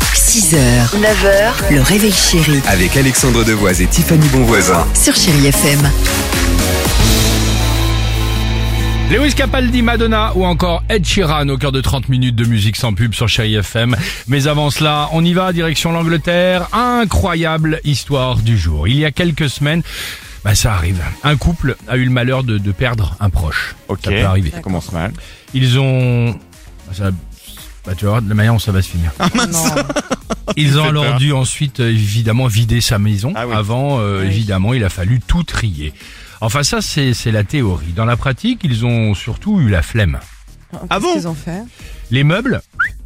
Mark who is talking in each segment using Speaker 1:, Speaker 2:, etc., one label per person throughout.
Speaker 1: 6h, 9h, le réveil chéri
Speaker 2: Avec Alexandre Devoise et Tiffany Bonvoisin.
Speaker 1: sur Chéri FM.
Speaker 3: Lewis Capaldi, Madonna ou encore Ed Sheeran au cœur de 30 minutes de musique sans pub sur Chéri FM. Mais avant cela, on y va, direction l'Angleterre. Incroyable histoire du jour. Il y a quelques semaines, bah ça arrive. Un couple a eu le malheur de, de perdre un proche.
Speaker 4: Ok.
Speaker 3: Ça peut arriver.
Speaker 4: Ça commence mal.
Speaker 3: Ils ont... Ça... Bah tu vois, de la manière dont ça va se finir.
Speaker 5: Oh,
Speaker 3: Ils ont
Speaker 4: fait
Speaker 3: alors
Speaker 4: peur.
Speaker 3: dû ensuite euh, évidemment vider sa maison.
Speaker 4: Ah oui.
Speaker 3: Avant, euh, évidemment, il a fallu tout trier. Enfin ça, c'est c'est la théorie. Dans la pratique, ils ont surtout eu la flemme.
Speaker 4: Ah bon
Speaker 5: Qu'est-ce qu'ils ont fait
Speaker 3: Les meubles,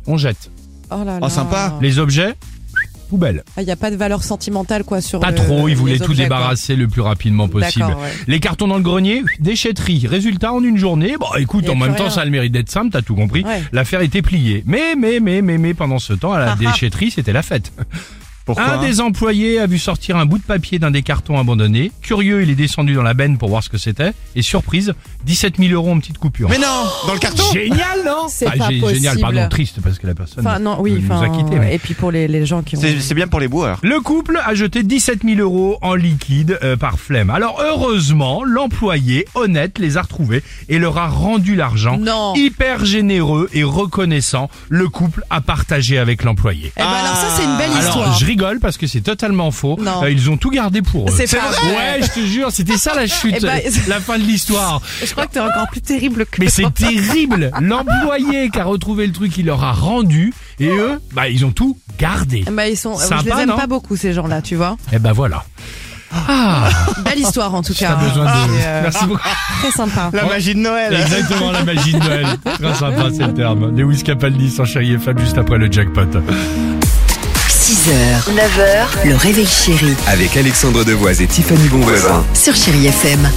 Speaker 3: on jette.
Speaker 5: Oh là là.
Speaker 4: Oh, sympa.
Speaker 3: Les objets, poubelle.
Speaker 5: Il n'y a pas de valeur sentimentale quoi sur.
Speaker 3: Pas
Speaker 5: le-
Speaker 3: trop, ils
Speaker 5: Euh, les
Speaker 3: voulaient tout
Speaker 5: objets, quoi.
Speaker 3: débarrasser le plus rapidement possible.
Speaker 5: D'accord, ouais.
Speaker 3: Les cartons dans le grenier, déchetterie. Résultat, en une journée, bon, écoute,
Speaker 5: Y a
Speaker 3: en
Speaker 5: plus
Speaker 3: même temps,
Speaker 5: rien.
Speaker 3: ça a le mérite d'être simple, t'as tout compris.
Speaker 5: Ouais. Ah,
Speaker 3: L'affaire était pliée. Mais, mais, mais, mais, mais, pendant ce temps, à la déchetterie, c'était la fête.
Speaker 4: Pourquoi
Speaker 3: un des employés a vu sortir un bout de papier d'un des cartons abandonnés. Curieux, il est descendu dans la benne pour voir ce que c'était. Et surprise, 17 000 euros en petite coupure.
Speaker 4: Mais non Dans le carton
Speaker 3: Génial, non
Speaker 5: C'est
Speaker 3: Ah,
Speaker 5: pas
Speaker 3: gé- Génial,
Speaker 5: possible.
Speaker 3: pardon, triste parce que la personne
Speaker 5: Enfin non, oui,
Speaker 3: nous a
Speaker 5: enfin.
Speaker 3: quittés, mais-
Speaker 5: Et puis pour les, les gens qui ont.
Speaker 4: C'est c'est bien pour les boueurs.
Speaker 3: Le couple a jeté 17 000 euros en liquide euh, par flemme. Alors heureusement, l'employé honnête les a retrouvés et leur a rendu l'argent.
Speaker 5: Non.
Speaker 3: Hyper généreux et reconnaissant, le couple a partagé avec l'employé.
Speaker 5: Eh ben alors ça c'est une belle
Speaker 3: Alors
Speaker 5: histoire.
Speaker 3: je rigole parce que c'est totalement faux.
Speaker 5: Non.
Speaker 3: Euh, ils ont tout gardé pour eux.
Speaker 5: C'est pas vrai.
Speaker 3: Ouais, je te jure, c'était ça la chute, euh,
Speaker 5: Eh ben,
Speaker 3: la fin de l'histoire.
Speaker 5: Je crois que t'es encore plus terrible que.
Speaker 3: Mais c'est terrible. L'employé qui a retrouvé le truc, il leur a rendu et eux, bah ils ont tout gardé.
Speaker 5: Bah ils sont.
Speaker 3: Sympa,
Speaker 5: je les aime
Speaker 3: non
Speaker 5: pas beaucoup ces gens-là, tu vois.
Speaker 3: Et ben voilà.
Speaker 5: Belle histoire en tout
Speaker 3: T'as
Speaker 5: cas.
Speaker 3: besoin de.
Speaker 5: C'est, euh,
Speaker 3: Merci beaucoup.
Speaker 5: Très sympa.
Speaker 4: La magie de Noël
Speaker 3: Exactement la magie de Noël. Très sympa, c'est le terme. Lewis Capaldi sans Chéri FM juste après le jackpot.
Speaker 1: 6h, 9h, le réveil chéri
Speaker 2: Avec Alexandre Devoise et Tiffany Bonvoisin.
Speaker 1: sur Chéri FM.